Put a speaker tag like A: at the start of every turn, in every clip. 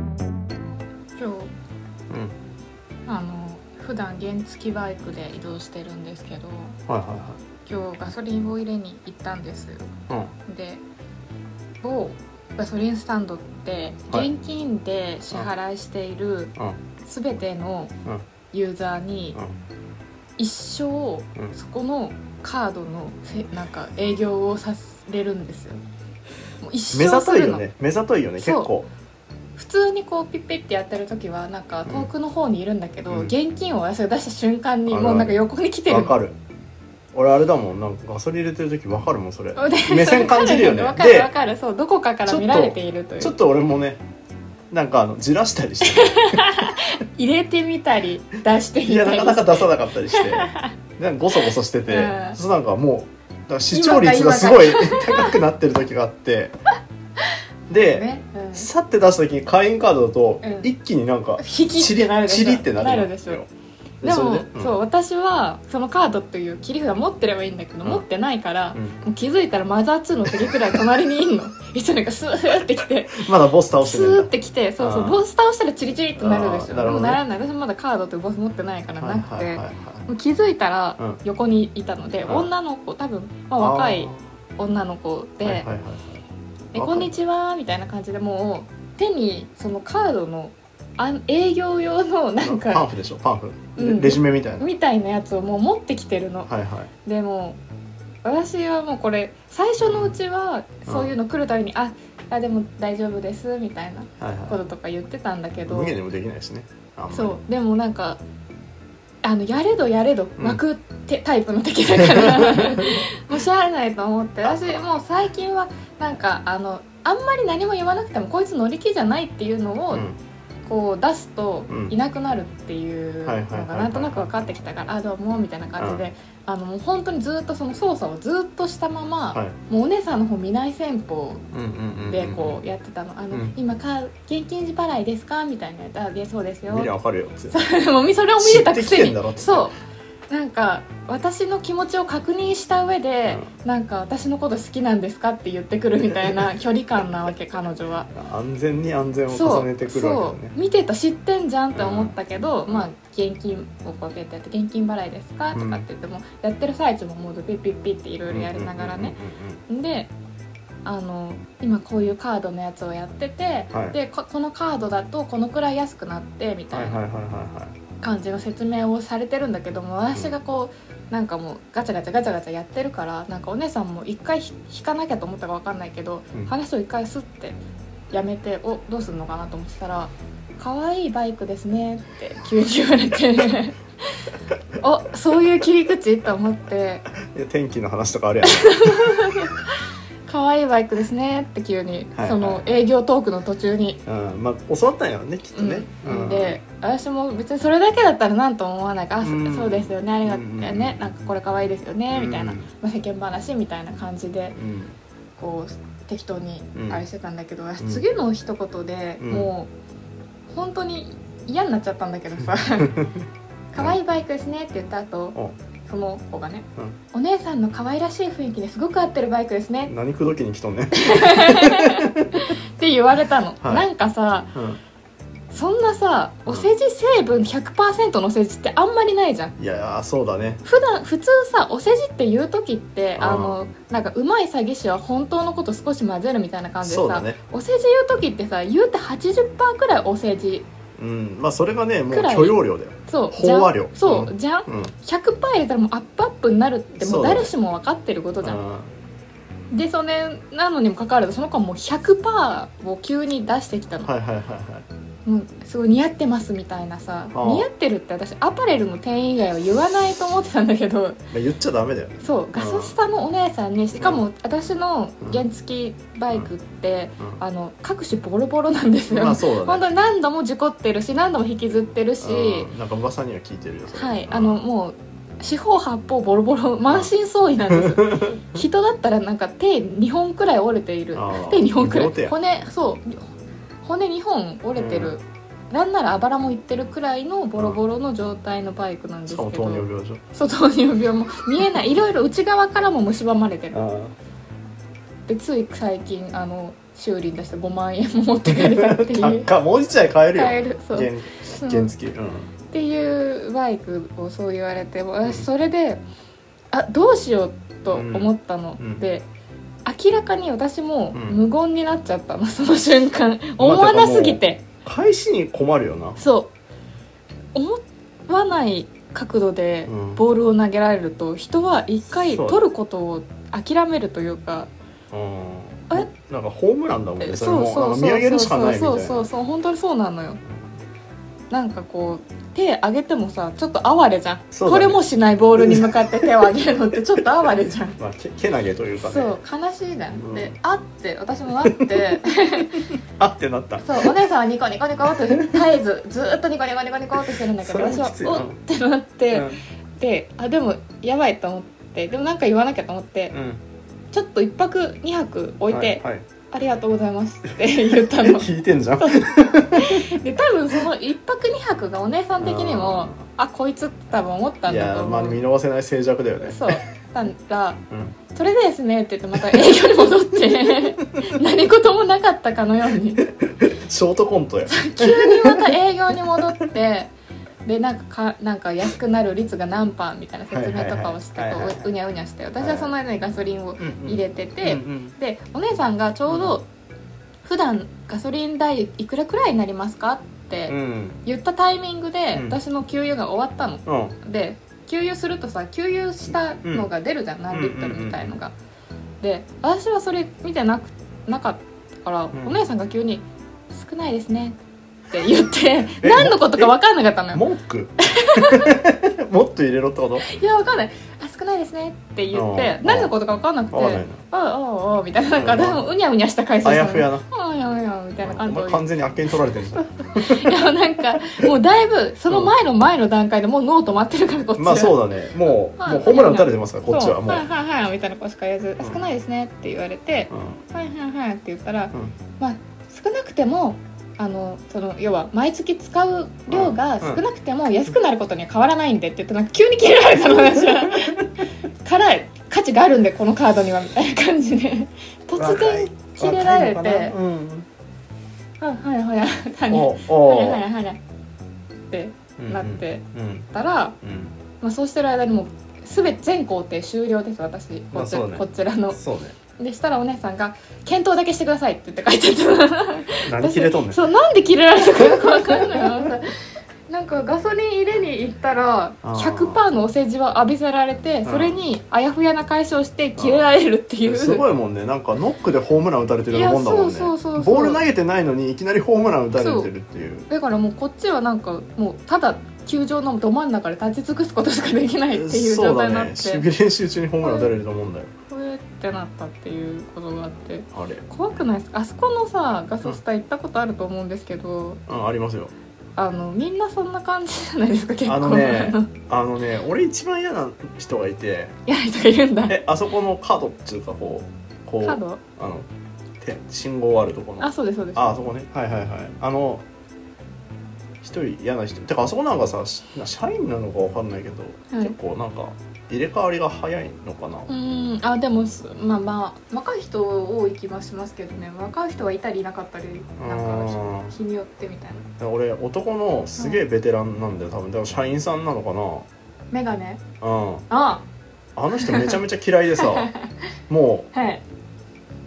A: 今日あの普段原付バイクで移動してるんですけど
B: はいは
A: 今日ガソリンを入れに行ったんです
B: いはい
A: で某ガソリンスタンドって
B: はい
A: 現金で支払いしている
B: うんうん
A: 全ての
B: うん
A: ユーザーに一生
B: うん
A: そこのカードのせなんか営業をされるんですよもう一
B: 目
A: 生
B: ざ
A: す
B: とい
A: る
B: よ
A: の、
B: ね目ざといよね結
A: そう
B: 構
A: 普通にこうピッピッてやってる時はなんか遠くの方にいるんだけど、
B: うん
A: 現金を私が出した瞬間に
B: あるある
A: もうなんか横に来てる
B: わ
A: の
B: かる俺あれだもんなんかガソリン入れてる時わかるもんそれ
A: で
B: 目線感じるよね
A: わかる
B: で
A: わかるそうどこかから見られているという
B: ちょっと俺もねなんかあのじらしたりして
A: 入れてみたり出してみたり
B: いやなかなか出さ
A: ない
B: なかったりしてなんかゴソゴソしてて、
A: うん
B: そうなんかもうだから視聴率がすごい高くなってる時があってで、
A: ね、うん、
B: さって出した時に会員カードだと、
A: うん
B: 一気になんか
A: 引き
B: チ
A: っ
B: リ
A: てなるでし
B: チ
A: ょ
B: リってなる
A: なるでしょ
B: で
A: でも
B: そ
A: そう
B: れ
A: で
B: で、うん
A: 私はそのカードという切り札持ってればいいんだけど、
B: うん
A: 持ってないから、
B: うん
A: もう気づいたらマザー2の敵くらい隣にいんのいつなんかスーってきて
B: まだボス倒して
A: ス
B: ね
A: ー
B: ん
A: っ
B: だ
A: てきてそうそう
B: あー
A: ボス倒したらチリチリってなるでし
B: あー
A: ょ
B: なる
A: も
B: ほど
A: う
B: ね
A: ならない私まだカードとボス持ってないからなくて、
B: はいはいはいはい
A: もう気づいた
B: う
A: ら
B: ん
A: 横にいたので、
B: うん
A: 女の子多分、まあ、若い女の子で「
B: はいはいはい
A: えこんにちは」みたいな感じでもう手にそのカードのあん営業用のなん
B: パン
A: か
B: フでしょパンフ、
A: うん
B: レジュメみたいな、
A: みたいなやつをもう持ってきてるの。
B: はいはい
A: でも私はもうこれ最初のうちはそういうの来るたびに「ああでも大丈夫です」みたいな
B: はい
A: こ
B: は
A: ととか言ってたんだけ
B: い
A: ど
B: 無限にもできないしねあんまり
A: そうでもなんかあのやれどやれど
B: うん
A: 巻くって、タイプの敵だから もうしゃあないと思って私もう最近はなんかあのあんまり何も言わなくてもこいつ乗り気じゃないっていうのを、
B: うん
A: こう出すと
B: うん
A: いなくなるっていうの
B: はいはいはい
A: が
B: はい
A: なんとなく分かってきたから「あどうも」みたいな感じで、あのもう本当にずっとその操作をずっとしたまま、
B: はい
A: もうお姉さんの方見ない戦法
B: うんうんうんうん
A: でこうやってたの「あの
B: うん
A: 今か現金支払いですか?」みたいなやつ「あでそうですよ」
B: 見りゃわかるよつっ て
A: もうそれを見れたく
B: 知っ
A: せ
B: てきてんだろっ
A: に
B: て
A: そうなんか私の気持ちを確認した上で、なんか私のこと好きなんですかって言ってくるみたい な距離感なわけ彼女は。
B: 安全に安全を
A: そ
B: 重ねて
A: う
B: くるわ
A: そ
B: けだね
A: う見てた知ってんじゃんって思ったけど、
B: うん
A: まあ現金をこうやってやって「現金払いですか?」とかって言っても、やってる最中もモードピッピッピッっていろいろやりながらね、であの今こういうカードのやつをやってて、
B: はい
A: でここのカードだとこのくらい安くなってみ
B: うんうん
A: た
B: うん
A: い
B: うんはい
A: な
B: はいはいはいはい
A: 感じの説明をされてるんだけども私がこうなんかもうガチャガチャガチャガチャやってるからなんかお姉さんも一回ひ引かなきゃと思ったかわかんないけど、
B: うん
A: 話を一回すってやめておどうするのかなと思ってたら「可愛いバイクですね」って急に言われ ておそういう切り口と思って
B: いや天気の話とかあるやん
A: 「可愛いバイクですね」って急に、
B: はいはい
A: その営業トークの途中に
B: うん、まあ教わったんやろねきっとね、
A: うん、で私も別にそれだけだったらなんとも思わないから、あそ
B: うん
A: そうですよねありがとう
B: うん
A: ねなんかこれ可愛いですよね、みたいな、
B: うん
A: まあ、世間話みたいな感じで
B: うん
A: こう適当に
B: うん
A: あれしてたんだけど、私
B: うん
A: 次の一言で、
B: うん
A: もう本当に嫌になっちゃったんだけどさ 「可愛いバイクですね」って言った後
B: お
A: その子がね、
B: う
A: お
B: ん
A: 姉さんの可愛らしい雰囲気ですごく合ってるバイクですね」
B: 何口説きに来とんねん、
A: って言われたの、
B: はい
A: なんかさそんなさお世辞成分100%のお世辞ってあんまりないじゃん
B: いやーそうだね
A: 普段普通さお世辞って言う時って
B: あー
A: あのなんかうまい詐欺師は本当のこと少し混ぜるみたいな感じで
B: そうだ
A: さ、
B: ね
A: お世辞言う時ってさ言うて80%くらいお世辞
B: うんまあそれがねもう
A: くらい
B: 許容量だよ
A: そう
B: 飽和量
A: じゃんそう、
B: う
A: じゃん
B: うん
A: 100%入れたらもうアップアップになるっても
B: そう
A: う
B: だね
A: 誰しも分かってることじゃん、
B: あ
A: でそれなのにもかかわらずその子はもう100%を急に出してきたの
B: ーはいはいはいはい
A: うん、すごい似合ってますみたいなさ
B: ああ
A: 似合ってるって私アパレルの店員以外は言わないと思ってたんだけど
B: まあ言っちゃダメだよね
A: そうガソスタのお姉さんにしかも私の
B: うん
A: 原付バイクって、
B: うん
A: あの各種ボロボロなんですよ、
B: まあそうだ
A: 本
B: ね
A: 当に何度も事故ってるし何度も引きずってるし、
B: うんなんか噂には聞いてるよそれ
A: はい
B: うん
A: あのもう四方八方ボロボロ満身創痍なんです 人だったらなんか手2本くらい折れている
B: あー
A: 手2本くら
B: 両手
A: い
B: や
A: 骨そう骨2本折れてる、なんならあばらもいってるくらいのボロボロの状態のバイクなんです
B: し
A: け
B: か
A: ど
B: も糖尿病でしょ
A: そう糖尿病も見えないいろいろ内側からも蝕まれてる
B: あ
A: でつい最近あの修理に出した5万円も持って帰れたっていう
B: 高っもう一台買えるよ
A: 買えるそう
B: 原
A: うん
B: 原付うん
A: っていうバイクをそう言われて私それであどうしようと思ったの
B: うん
A: で、明らかに私も
B: うん
A: 無言になっちゃったのその瞬間
B: まあ
A: 思わなすぎて
B: 返しに困るよな
A: そう思わない角度で
B: うん
A: ボールを投げられると人は一回
B: そう
A: 取ることを諦めるというか
B: うん
A: え
B: なんかホームランだもんねそれ
A: そう
B: も
A: そう
B: なんか
A: そ
B: 見上げ
A: う
B: るしかないみたい
A: そう
B: な
A: そうそう本当にそうなのよなんかこう手上げてもさちょっと哀れじゃん、
B: そうだ
A: こ
B: ね
A: れもしないボールに向かって手を上げるの ってちょっと哀れじゃん
B: まあけけなげというか
A: そ
B: ね
A: う悲しいじゃん、
B: うん
A: であって私もなって
B: あってなった
A: そうお姉さんはニコニコニコって絶えずずーっとニコニコニコニコってしてるんだけ
B: そ
A: ど
B: れも
A: 私は
B: きついな
A: おってなって、
B: うん
A: であでもやばいと思ってでもなんか言わなきゃと思って、
B: うん
A: ちょっと1泊2泊置いて、
B: はいはい
A: ありがとうございますって言った の
B: 聞いてんじゃん
A: で多分その1泊2泊がお姉さん的にもあこいつって多分思ったん
B: い
A: だと
B: やまあ
A: 思う
B: 見逃せない静寂だよね
A: そうなんだ
B: うん
A: それでですねって言ってまた営業に戻って 何事もなかったかのように
B: ショートコントや
A: 急にまた営業に戻ってでなんかかなんか安くなる率が何パーみたいな説明とかをして
B: はいはいはいはいはい
A: こううにゃうにゃして私はその間にガソリンを入れてて、
B: うんうん
A: でお姉さんがちょうど普段ガソリン代いくらくらいになりますかって
B: うん
A: 言ったタイミングで
B: うん
A: 私の給油が終わったの。
B: うん
A: で給油するとさ給油したのが出るじゃん、何リットルみたいのが。で私はそれ見てなくなかったから、
B: ん
A: お姉さんが急に「少ないですね」って言って
B: え
A: 何のことか分かんなかったのよ。
B: 文句もっと入れろってこと
A: いや分かんない「あ少ないですね」って言って
B: うん
A: 何のことか分かんなくて「
B: わかんないな
A: ああああ」みたいななんか
B: うん
A: 私もうにゃうにゃした回数
B: あ
A: した
B: や
A: の
B: ふや
A: よ。
B: な
A: うんうんうんみたいな
B: お
A: 感じ
B: 前完全にあっけに取られてるじゃ
A: で
B: ん
A: もなんかもうだいぶその前の前の段階でもうノー止まってるからこっちは
B: まあそうだねもう
A: はい
B: もうホームラン打たれてますからこっちは
A: そう
B: もう
A: はいはいはいみたいなことしか言えず「あ
B: うん
A: 少ないですね」って言われて
B: う
A: 「
B: ん
A: はいはいはい」って言ったら
B: うん
A: 少なくてもあのその要は毎月使う量が
B: うん
A: 少なくても安くなることには変わらないんでって言ってなんか急に切れられたの私 はから価値があるんでこのカードにはみたいな感じで突
B: 若
A: 然
B: い
A: 切れられ
B: 若いの
A: て
B: かなう
A: 「
B: ん
A: はいはいはいはい
B: お
A: はいは
B: お
A: いはい」ってなって
B: うん
A: たら、
B: うん
A: まあ、そうしてる間にもう全て全工程終了です私こ
B: まあ
A: ち,、
B: そうね
A: こちら
B: うん
A: の
B: そうね
A: でしたらお姉さんが「検討だけしてください」って言って書いてあった
B: 何切れとんねん
A: そうなんで切れられたかよくわかんないわさ なんかガソリン入れに行ったら
B: あー
A: 100%のお世辞を浴びせられてそれにあやふやな解消して切れられるっていう
B: すごいもんねなんかノックでホームラン打たれてるようなもんだもん
A: いや
B: ね
A: そうそうそうそう
B: ボール投げてないのにいきなりホームラン打たれてるっていう
A: だからもうこっちはなんかもうただ球場のど真ん中で立ち尽くすことしかできないっていう
B: そ
A: 状
B: う
A: 態
B: だ
A: になって
B: ね守備練習中にホームラン打たれると思うんだよ
A: これってなったっていうことがあって
B: あれ
A: 怖くないですかあそこのさガソスタ行ったことあると思うんですけど
B: うんありますよ
A: あのみんなそんな感じじゃないですか結構
B: あのね
A: あの
B: あのね俺一番嫌な人がいて
A: やる人がいるんだ
B: えあそこの角っていうかこうこう
A: カード
B: あのて信号あるとこの
A: あそうですそうです
B: ああそこねはいはいはいあの一人嫌な人てかあそこなんかさし社員なのかわかんないけど、
A: い
B: 結構なんか入れ替わりが早いのかな、
A: うーんあでもすまあまあ若い人多い気はしますけどね若い人はいたりいなかったりなんか
B: うーん
A: 日によってみたいな
B: 俺男のすげえベテランなんだよ多分だから社員さんなのか
A: メガネ
B: なうん
A: あ
B: あの人めちゃめちゃ嫌いでさ も
A: はい、
B: う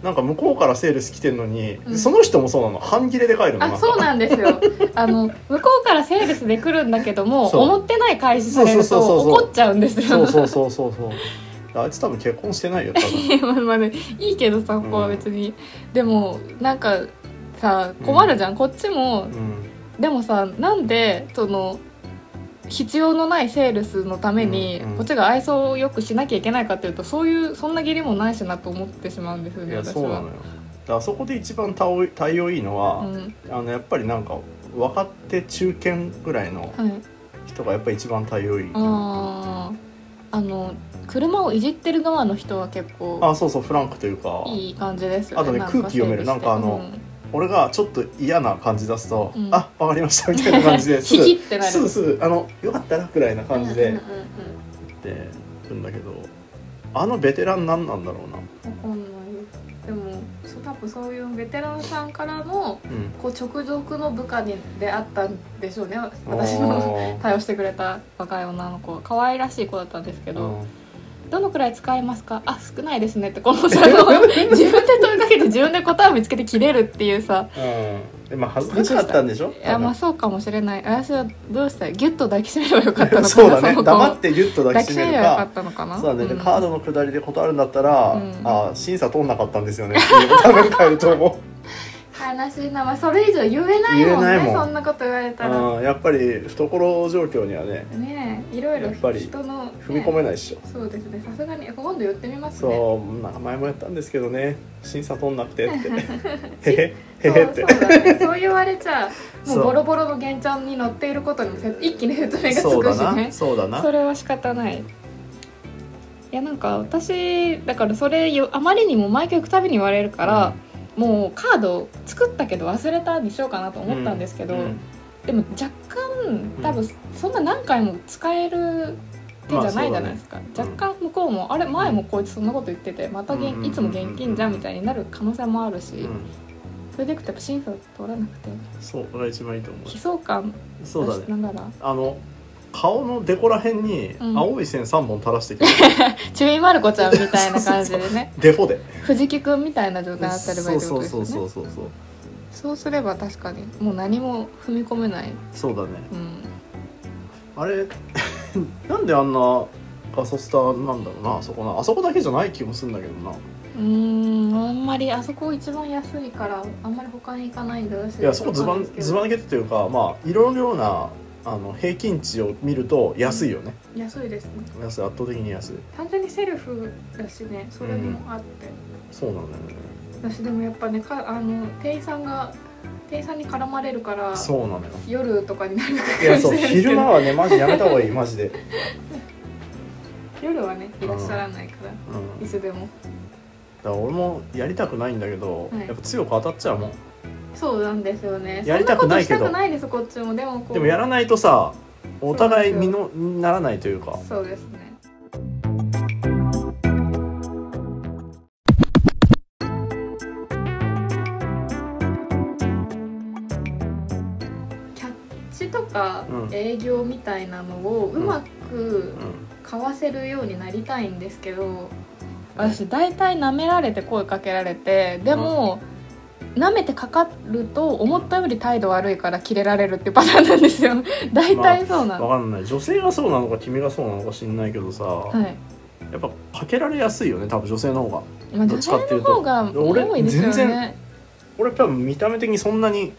B: なんか向こうからセールス来てんのに、
A: うん
B: その人もそうなの半切れで帰るの
A: あそう
B: の
A: なんですよあの向こうからセールスで来るんだけども
B: そう
A: 思ってない開始される
B: そうそ
A: と
B: うそうそうそう
A: 怒っちゃうんですよ
B: そうそうそうそうそうあいつ多分結婚してないよ多 分
A: まあまあねいいけどさここは別に、でもなんかさ困るじゃん、こっちも
B: うん
A: でもさなんでその必要のないセールスのために、
B: うんうん
A: こっちが愛想をよくしなきゃいけないかっていうとそういうそんな義理もないしなと思ってしまうんですよ
B: い
A: ね
B: や
A: 私
B: そうなの
A: は
B: よ。だからそこで一番対応対応いいのは、
A: うん
B: あのやっぱりなんか若手中堅ぐらいの
A: はい、
B: 人がやっぱり一番対応いい。
A: あーあの車をいじってる側の人は結構
B: あそうそうフランクというか
A: いい感じですよね
B: あとね
A: なんか
B: 空気読める
A: 整理して
B: なんかあの俺がちょっと嫌な感じ出すと「
A: うん
B: あわかりました」みたいな感じ
A: う
B: で
A: ん、
B: す
A: ヒ
B: ぐ
A: キってなる
B: すぐすぐあの「よかったな」ぐらいな感じで
A: うん
B: っ
A: うんうんうん
B: て言うんだけどあのベテラン何なんだろうな
A: わかんないでも構そういうベテランさんからの
B: うん
A: こう直属の部下に出会ったんでしょうね私の
B: あー
A: 対応してくれた若い女の子可愛らしい子だったんですけど
B: うん
A: 「どのくらい使えますかあ少ないですね」ってこの さあの自分で問いかけて自分で答えを見つけて切れるっていう さ
B: うんでまあ恥ずかしかったんでしょ
A: いやまあそうかもしれない私はどうしたらギュッと抱きしめればよかったのかな
B: そうだね
A: の子を
B: 黙ってギュッと抱
A: 抱
B: き
A: き
B: し
A: し
B: め
A: め
B: る
A: ればよか
B: か
A: ったのかな
B: そうだね、で
A: ん
B: カードの下りで断るんだったら、
A: うん
B: あー審査通んなかったんですよねっていう多分買うと 思
A: 悲しいな、まあ、それ以上言えないもん
B: 言え
A: ね
B: ないもん
A: そんなこと言われたら
B: う、うん、やっぱり懐状況にはね
A: ねえいろいろ
B: やっぱり
A: 人の、ね、
B: 踏み込めないっしょ、
A: そうですねさすがに今度言ってみますね
B: そうなんか前もやったんですけどね審査通んなく てってへへへ
A: そ
B: へ
A: う
B: って
A: そうだねそう言われち ゃも
B: そうう
A: ボロボロの玄ちゃんに乗っていることにもせ一気に説明がつくしね
B: そうだ
A: それは仕方ないいやなんか私だからそれよあまりにも毎回行くたびに言われるから、もうカード作ったけど忘れたにしようかなと思ったんですけど、
B: うんうん
A: でも若干多分そんな何回も使える手じゃないじゃないですか、
B: まあそうだね
A: 若干向こうも、あれ前もこいつそんなこと言っててまた現、
B: うん
A: いつも現金じゃんみたいになる可能性もあるし、
B: うん
A: それでいくとやっぱ審査取らなくて
B: そうこれが一番いいと思
A: 悲壮感
B: うそう
A: 出
B: だ
A: し
B: ね
A: ながら、
B: あの顔のデコら辺に
A: うん
B: 青い線三本垂らしてきて、
A: ちびまる子ちゃんみたいな感じでね
B: デフォで
A: 藤木くんみたいな状態になってればいい
B: そう
A: ってこと
B: そう
A: です
B: そ
A: よ
B: う
A: ね
B: そうそうそう
A: そうすれば確かにもう何も踏み込めない、
B: そうだね
A: うん、
B: あれ なんであんなガソスタなんだろうなあそこなあそこだけじゃない気もするんだけどな
A: うーんあんまりあそこ一番安いからあんまり他に行かないんで私
B: いやそこずばんずば抜けてというかまあいろいろなあの平均値を見ると安いよね、
A: 安いですね
B: 安い圧倒的に安い
A: 単純にセルフだしねそれもあって、
B: そうなんだよね
A: 私でもやっぱねかあの店員さんが店員さんに絡まれるから
B: そうなのよ
A: 夜とかになるか
B: いや そう昼間はねマジやめた方がいいマジで、
A: 夜はねいらっしゃらないから、
B: うん、
A: い
B: だ
A: つ
B: か
A: でも
B: ら俺もやりたくないんだけど、
A: はい
B: やっぱ強く当たっちゃうもん
A: そうなんですよね
B: やりたくないけど
A: そんなことしたくないですこっちもでもこう
B: でもやらないとさお互い
A: そうな
B: 身
A: んです
B: のにならないというか
A: そうですねキャッチとか
B: うん
A: 営業みたいなのをうまく
B: うん
A: 買わせるようになりたいんですけど私大体舐められて声かけられてでも、舐めてかかると思ったより態度悪いからキレられるっていうパターンなんですよ大体そうなの、
B: わかんない女性がそうなのか君がそうなのか知んないけどさ、
A: はい
B: やっぱかけられやすいよね多分女性の方が
A: まあ、
B: ど
A: 女
B: っちか
A: 性
B: っていう
A: の
B: と
A: 方が多いですよ
B: 俺全然
A: ね
B: 俺多分見た目的にそんなに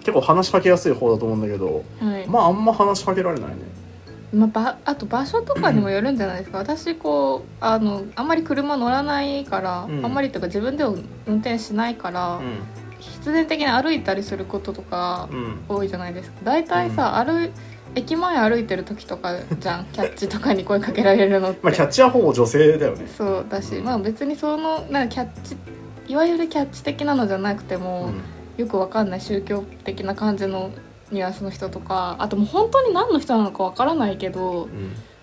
B: 結構話しかけやすい方だと思うんだけど
A: はいま
B: まああんま話しかけられないね
A: あ、ばあと場所とかにもよるんじゃないですか私こうあのあんまり車乗らないから、
B: うん
A: あんまりというか自分では運転しないから、
B: う
A: 必然的に歩いたりすることとか
B: んうん
A: 多いじゃないですか大体さ、歩い駅前歩いてる時とかじ ゃんキャッチとかに声かけられるのって、
B: まあキャッチはほぼ女性だよね
A: そうだし、
B: うん
A: まあ別にそのなんかキャッチいわゆるキャッチ的なのじゃなくても、よくわかんない宗教的な感じのニュアンスの人とかあともう本当に何の人なのかわからないけど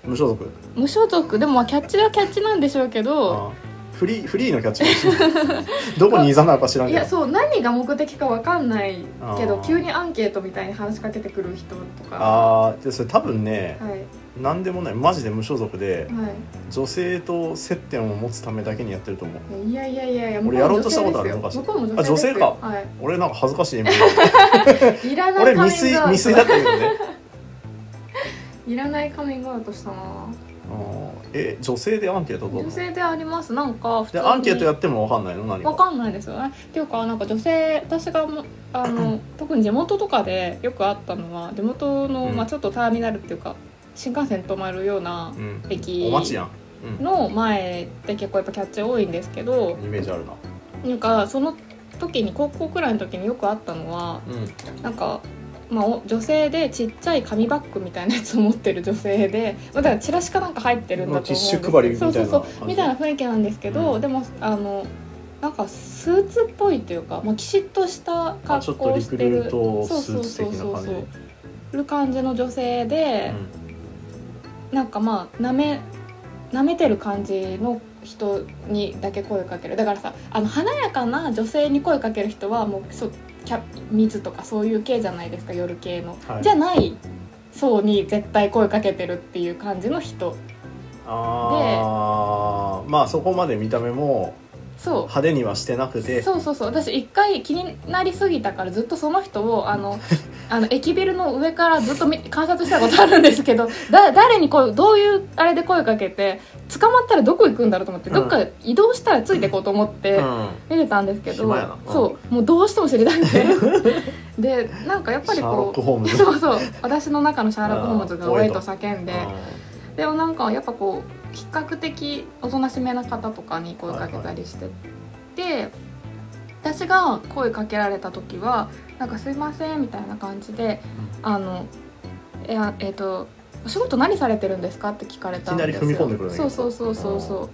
B: うん無所属
A: 無所属でもまあキャッチはキャッチなんでしょうけど
B: ああフリーフリーのキャッチかもしれないどこにいざなのか知らん
A: い
B: けど
A: やそう何が目的かわかんないけ
B: あ
A: ど
B: ー
A: 急にアンケートみたいに話しかけてくる人とか。
B: ああでそれ多分ね
A: はい
B: 何でもないマジで無所属で
A: は
B: 女性と接点を持つためだけにやってると思う
A: い、いやいやいやいや
B: 俺やろうとしたことあるのかしら
A: 向こうも女性ですよ
B: あ女性
A: は
B: 俺なんか恥ずかしい 今
A: い、いらない
B: 俺
A: カミ
B: 未
A: ン
B: 遂
A: グアウ
B: 未遂だっ
A: ト
B: たけどね
A: いらないカミングアウトしたな
B: あーえ女性でアンケート取る
A: 女
B: の
A: 性でありますなんか普通
B: で
A: に
B: アンケートやってもわかんないの何が
A: わかんないですよね。っていうかなんか女性私がもあ の特に地元とかでよくあったのは地元の、
B: うん
A: まあ、ちょっとターミナルっていうか新幹線止まるような
B: うん、
A: 駅
B: お待ちやん、うん
A: の前って結構やっぱキャッチ多いんですけど
B: イメージあるな、
A: なんかその時に高校くらいの時によくあったのは
B: う
A: なんか。まあ、お女性でちっちゃい紙バッグみたいなやつを持ってる女性で、まあ、だからチラシかなんか入ってるんだと思うんです
B: ティッシュ配りみたいな
A: そうそう
B: 感
A: そ
B: じ
A: うみたいな雰囲気なんですけど、
B: うん
A: でもあのなんかスーツっぽいというか、まあ、きちっとした
B: ん、ち
A: 格
B: ょっ
A: 好
B: と
A: を
B: リ
A: し
B: ク
A: てる
B: ルート
A: そう
B: スーツ的な感じ
A: そうそうそうそうる感じの女性で、なんかまあなめなめてる感じの人にだけ声かけるだからさあの華やかな女性に声かける人はもうそキャ水とかそういう系じゃないですか夜系の、
B: はい
A: じゃない層に絶対声かけてるっていう感じの人
B: あーまあそこまで見た目も
A: そう
B: 派手にはしてなくて
A: そうそうそう私一回気になりすぎたからずっとその人をあ のあの駅ビルの上からずっと見観察したことあるんですけど だ誰にこうどういうあれで声かけて捕まったらどこ行くんだろうと思って、
B: うん
A: どっか移動したらついてこうと思って。
B: うん
A: 見てたんですけど、
B: 暇やなうん
A: そうもうどうしても知りたく てでなんかやっぱり
B: シャーロ
A: こ
B: ック・ホーム
A: う
B: ズ
A: そうそう私の中のシャーロック・ホームズが「
B: あー
A: ウェイ」
B: ポ
A: と
B: エト
A: 叫んで
B: う
A: でもなんかやっぱこう比較的おとなしめな方とかに声かけたりしてて、私が声かけられた時は「なんかすいません」みたいな感じで「あのえあえっ、とお仕事何されてるんですか?」って聞かれたんですよ
B: いきなり踏み込んでくるね
A: そうそうそうそうそう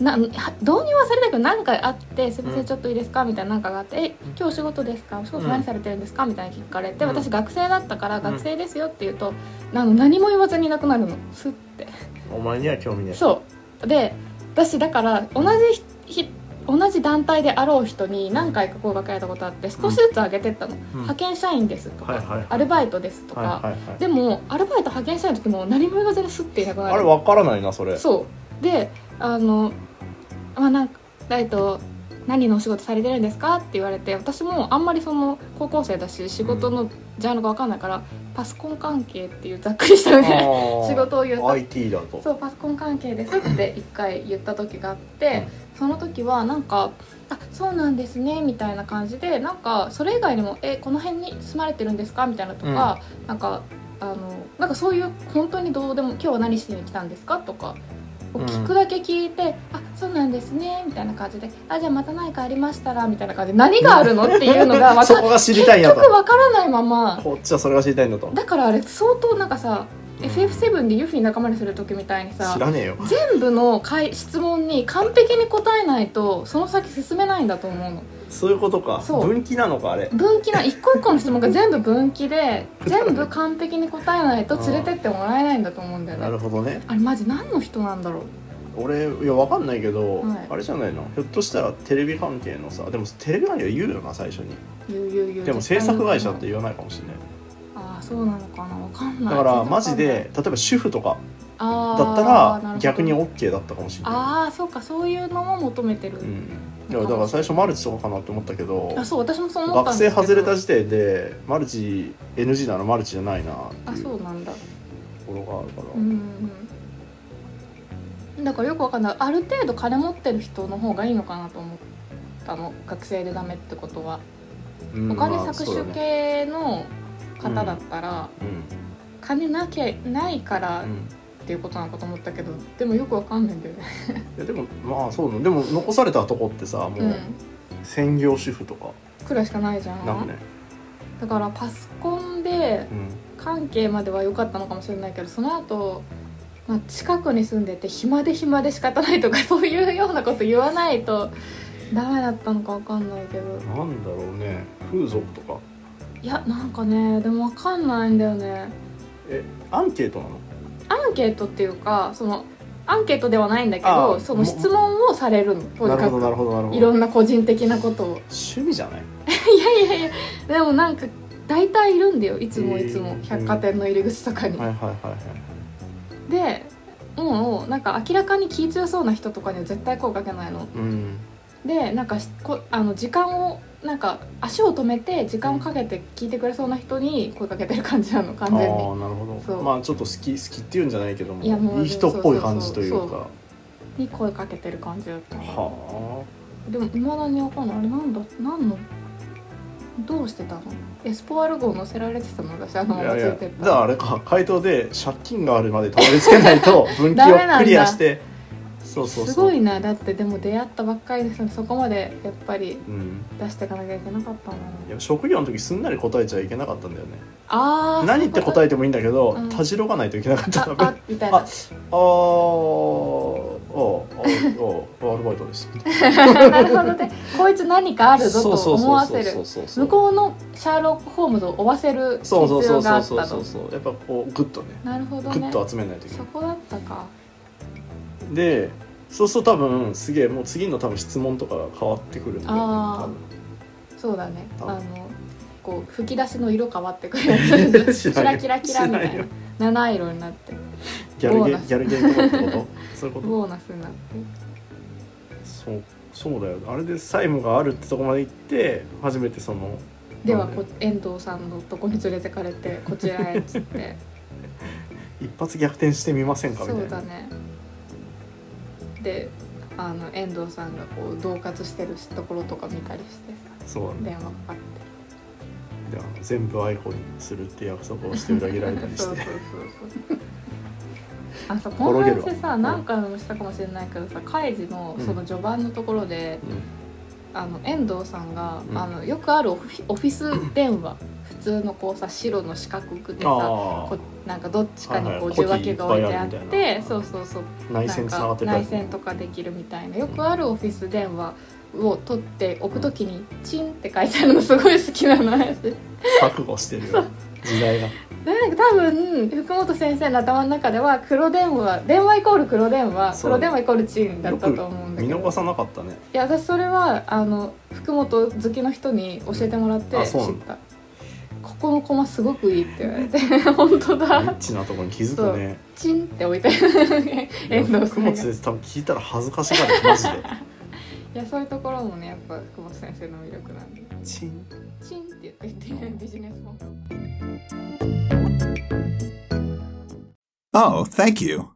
A: なは導入はされたけど何かあって「すいませ
B: うん
A: んちょっといいですか?」みたいな何かがあって「え今日お仕事ですかお仕事何されてるんですか?」みたいな聞かれて
B: うん
A: 私学生だったから「
B: ん
A: 学生ですよ」って言うとあの何も言わずにいなくなるのスッて
B: んお前には興味ね
A: そうで私だから同じひ同じ団体であろう人に何回か声かけられたことあって少しずつ上げてったの、
B: うん
A: 派遣社員ですとか、
B: はいはい
A: アルバイトですとか、
B: はいはいはい
A: でもアルバイト派遣社員の時も何も言わずにスッていなくなる
B: あれわからないなそれ
A: そうであのまあなんかえっと何のお仕事されてるんですかって言われて私もあんまりその高校生だし仕事のジャンルが分かんないから、パソコン関係っていうざっくりしたね仕
B: 仕
A: 事を言うと
B: IT だと
A: そうパソコン関係ですって一回言った時があって、その時はなんか「あそうなんですね」みたいな感じでなんかそれ以外にも「えこの辺に住まれてるんですか?」みたいなとか、なんかあのなんかそういう本当にどうでも「今日は何しに来たんですか?」とか。を聞くだけ聞いて「あそうなんですね」みたいな感じで「あじゃあまた何かありましたら」みたいな感じで何があるのっていうの がわ
B: そ
A: か
B: こが知り
A: 結
B: たいんだ
A: 局
B: と
A: わからないまま
B: こっちはそれが知りたいんだと
A: だからあれ相当なんかさ、
B: うん
A: FF7 でユフィ仲間にする時みたいにさ
B: 知らねえよ
A: 全部の回質問に完璧に答えないとその先進めないんだと思うの
B: そういうことか
A: そう
B: 分岐なのかあれ
A: 分岐な一個一個の質問が全部分岐で全部完璧に答えないと連れてってもらえないんだと思うんだよ
B: な
A: ね
B: るほどね
A: あれマジ何の人なんだろう
B: 俺いやわかんないけど、
A: はい
B: あれじゃないのひょっとしたらテレビ関係のさでもテレビ関係は言うよな最初に
A: ゆうゆうゆう
B: でも制作会社って言わないかもしれない
A: ああそうなのかなわかん
B: だ
A: ない
B: からマジで例えば主婦とかだ
A: だ
B: ったら逆に OK だったかもしれない
A: あーなるほどあーそうかそういうのも求めてる、
B: うんいやだから最初マルチとかかなって思ったけど
A: あそう私もそう思った
B: 学
A: んで
B: 生
A: すけど
B: 外れた時点でマルチ NG ならマルチじゃないなって
A: あ
B: いう
A: そ
B: と
A: うなんだ
B: ころがあるから、
A: うんだからよくわかんないある程度金持ってる人の方がいいのかなと思ったの学生でダメってことは、
B: うん
A: お金
B: まあそうだ
A: 搾取
B: ね
A: 系の方だったら、金なきゃないから
B: うん、うん
A: っていうことなのかと思ったけどでもよくわかんないんだよね、
B: いやでもまあそうなのでも残されたとこってさも
A: う
B: うん専業主婦とか
A: くらいしかないじゃん
B: なのね、
A: だからパソコンで
B: うん、
A: 関係までは良かったのかもしれないけどその後、まあ近くに住んでて暇で暇で仕方ないとか そういうようなこと言わないとダメだったのかわかんないけど
B: なんだろうね風俗とか
A: いやなんかねでもわかんないんだよね
B: アンケートなの
A: アンケートっていうかそのアンケートではないんだけ
B: あ
A: ど
B: あ
A: その質問をされるのとに
B: なる
A: か
B: ほど
A: く
B: なるほどなるほ
A: い
B: ど
A: ろんな個人的なことを
B: 趣味じゃない
A: いやいやいやでもなんか大体いるんだよいつもいつ
B: へ
A: も
B: え
A: 百貨店の入り口とかに
B: はいはいはいはい
A: でもうなんか明らかに気強そうな人とかには絶対声かけないの
B: うん
A: でなんかしこあの時間をなんか足を止めて時間をかけて聞いてくれそうな人に声かけてる感じなの
B: ああ
A: 完全
B: ー
A: に
B: なるほ
A: そ
B: ど
A: う
B: まあちょっと好き好きっていうんじゃないけども
A: いやもう
B: い人っぽい感じというか
A: そうそうに声かけてる感じだった
B: は
A: でもいまだに分かんないあれなんだ何のどうしてたのエスポワル号乗せられてたの私あの
B: あ
A: ま
B: い
A: ま
B: や
A: つ
B: い
A: い
B: や
A: てっ
B: だから
A: た
B: あれか回答で借金があるまでたどり着けな いと分岐
A: ダメなん
B: を
A: だ
B: クリアしてそうそうそう
A: すごいなだってでも出会ったばっかりの人にそこまでやっぱり
B: うん
A: 出していかなきゃいけなかったんだ
B: い
A: な
B: や職業の時すんなり答えちゃいけなかったんだよね
A: あー
B: 何って答えてもいいんだけど、
A: うん
B: たじろがないといけなかった
A: あ
B: の
A: あみたいな
B: ああーあーあーアルバイトです
A: なるほどねこいつ何かあるぞと
B: そうそうそう
A: 思わせ
B: そ
A: る
B: うそうそう
A: 向こうのシャーロック・ホームズを追わせる必
B: そうそうそ
A: 要
B: う
A: が
B: そ
A: あ
B: う
A: っ
B: そ
A: た
B: うそ
A: と
B: うそうやっぱこうグッとね
A: なるほど
B: グッ
A: ね
B: と集めないといけな
A: そこだったか
B: いでそうすると多分すげえもう次の多分質問とかが変わってくるんで、
A: あ
B: 多
A: そうだね
B: 多
A: あ
B: 分
A: のこう吹き出しの色変わ分ってくる
B: 知
A: キ
B: らん
A: ラ
B: よ
A: キラキラみたいな
B: 知らんよ
A: 七色になって
B: 分ギャル
A: ボー
B: ゲ
A: ナ
B: ー
A: ス
B: ギャルゲーとかってこと そういうこと
A: ボーナスになって
B: そうそうだよあれで債務があるってとこまで行って初めてその
A: ではこ遠藤さんのとこに連れてかれてこちらへっつって
B: 一発逆転してみませんかみたい
A: そ
B: な
A: うだねであの遠藤さんがこう恫喝してるところとか見たりして
B: そうだね
A: 電話かかって
B: であの全部アイコにするって約束をして裏切られたり
A: そう
B: し
A: そう
B: て
A: そうそうあさこの
B: 転げる
A: 話
B: わ
A: さ何回もしたかもしれないけどさ開示のその序盤のところで、あの遠藤さんが、
B: うん
A: あのよくあるオフィオフィス電話普通のこうさ白の四角くてさ
B: あ
A: こなんかどっちかにこう
B: はいはい
A: 受話器が置いてあっ
B: コキいっぱいあるみたい
A: て
B: な
A: そうそうそう
B: あ内
A: な
B: 戦
A: ん
B: つなが
A: か
B: ってた
A: 内
B: り
A: 線とかできるみたいなよくあるオフィス電話を取って置くときに「チン」って書いてあるのすごい好きなの私
B: 覚悟してるよ時代が
A: なんか多分福本先生の頭の中では黒電話電話イコール黒電話
B: そう
A: 黒電話イコールチンだったと思うんだけ
B: 見
A: ど
B: 逃さなかっ たね
A: いや私それはあの福本好きの人に教えてもらって
B: うんあ
A: 知
B: そうなの
A: った「ここのコマすごくいい」って言われて 「本当
B: ニ
A: だ
B: ッチなところに気づくね
A: チン」って置いて 遠藤さ
B: 福
A: んが
B: 本
A: い
B: 先生多分聞いたら恥ずかしがる マジで
A: やそういうところもねやっぱ福本先生の魅力なんで
B: チン
A: 「チン」って言って言ってビジネス本
C: Oh, thank you.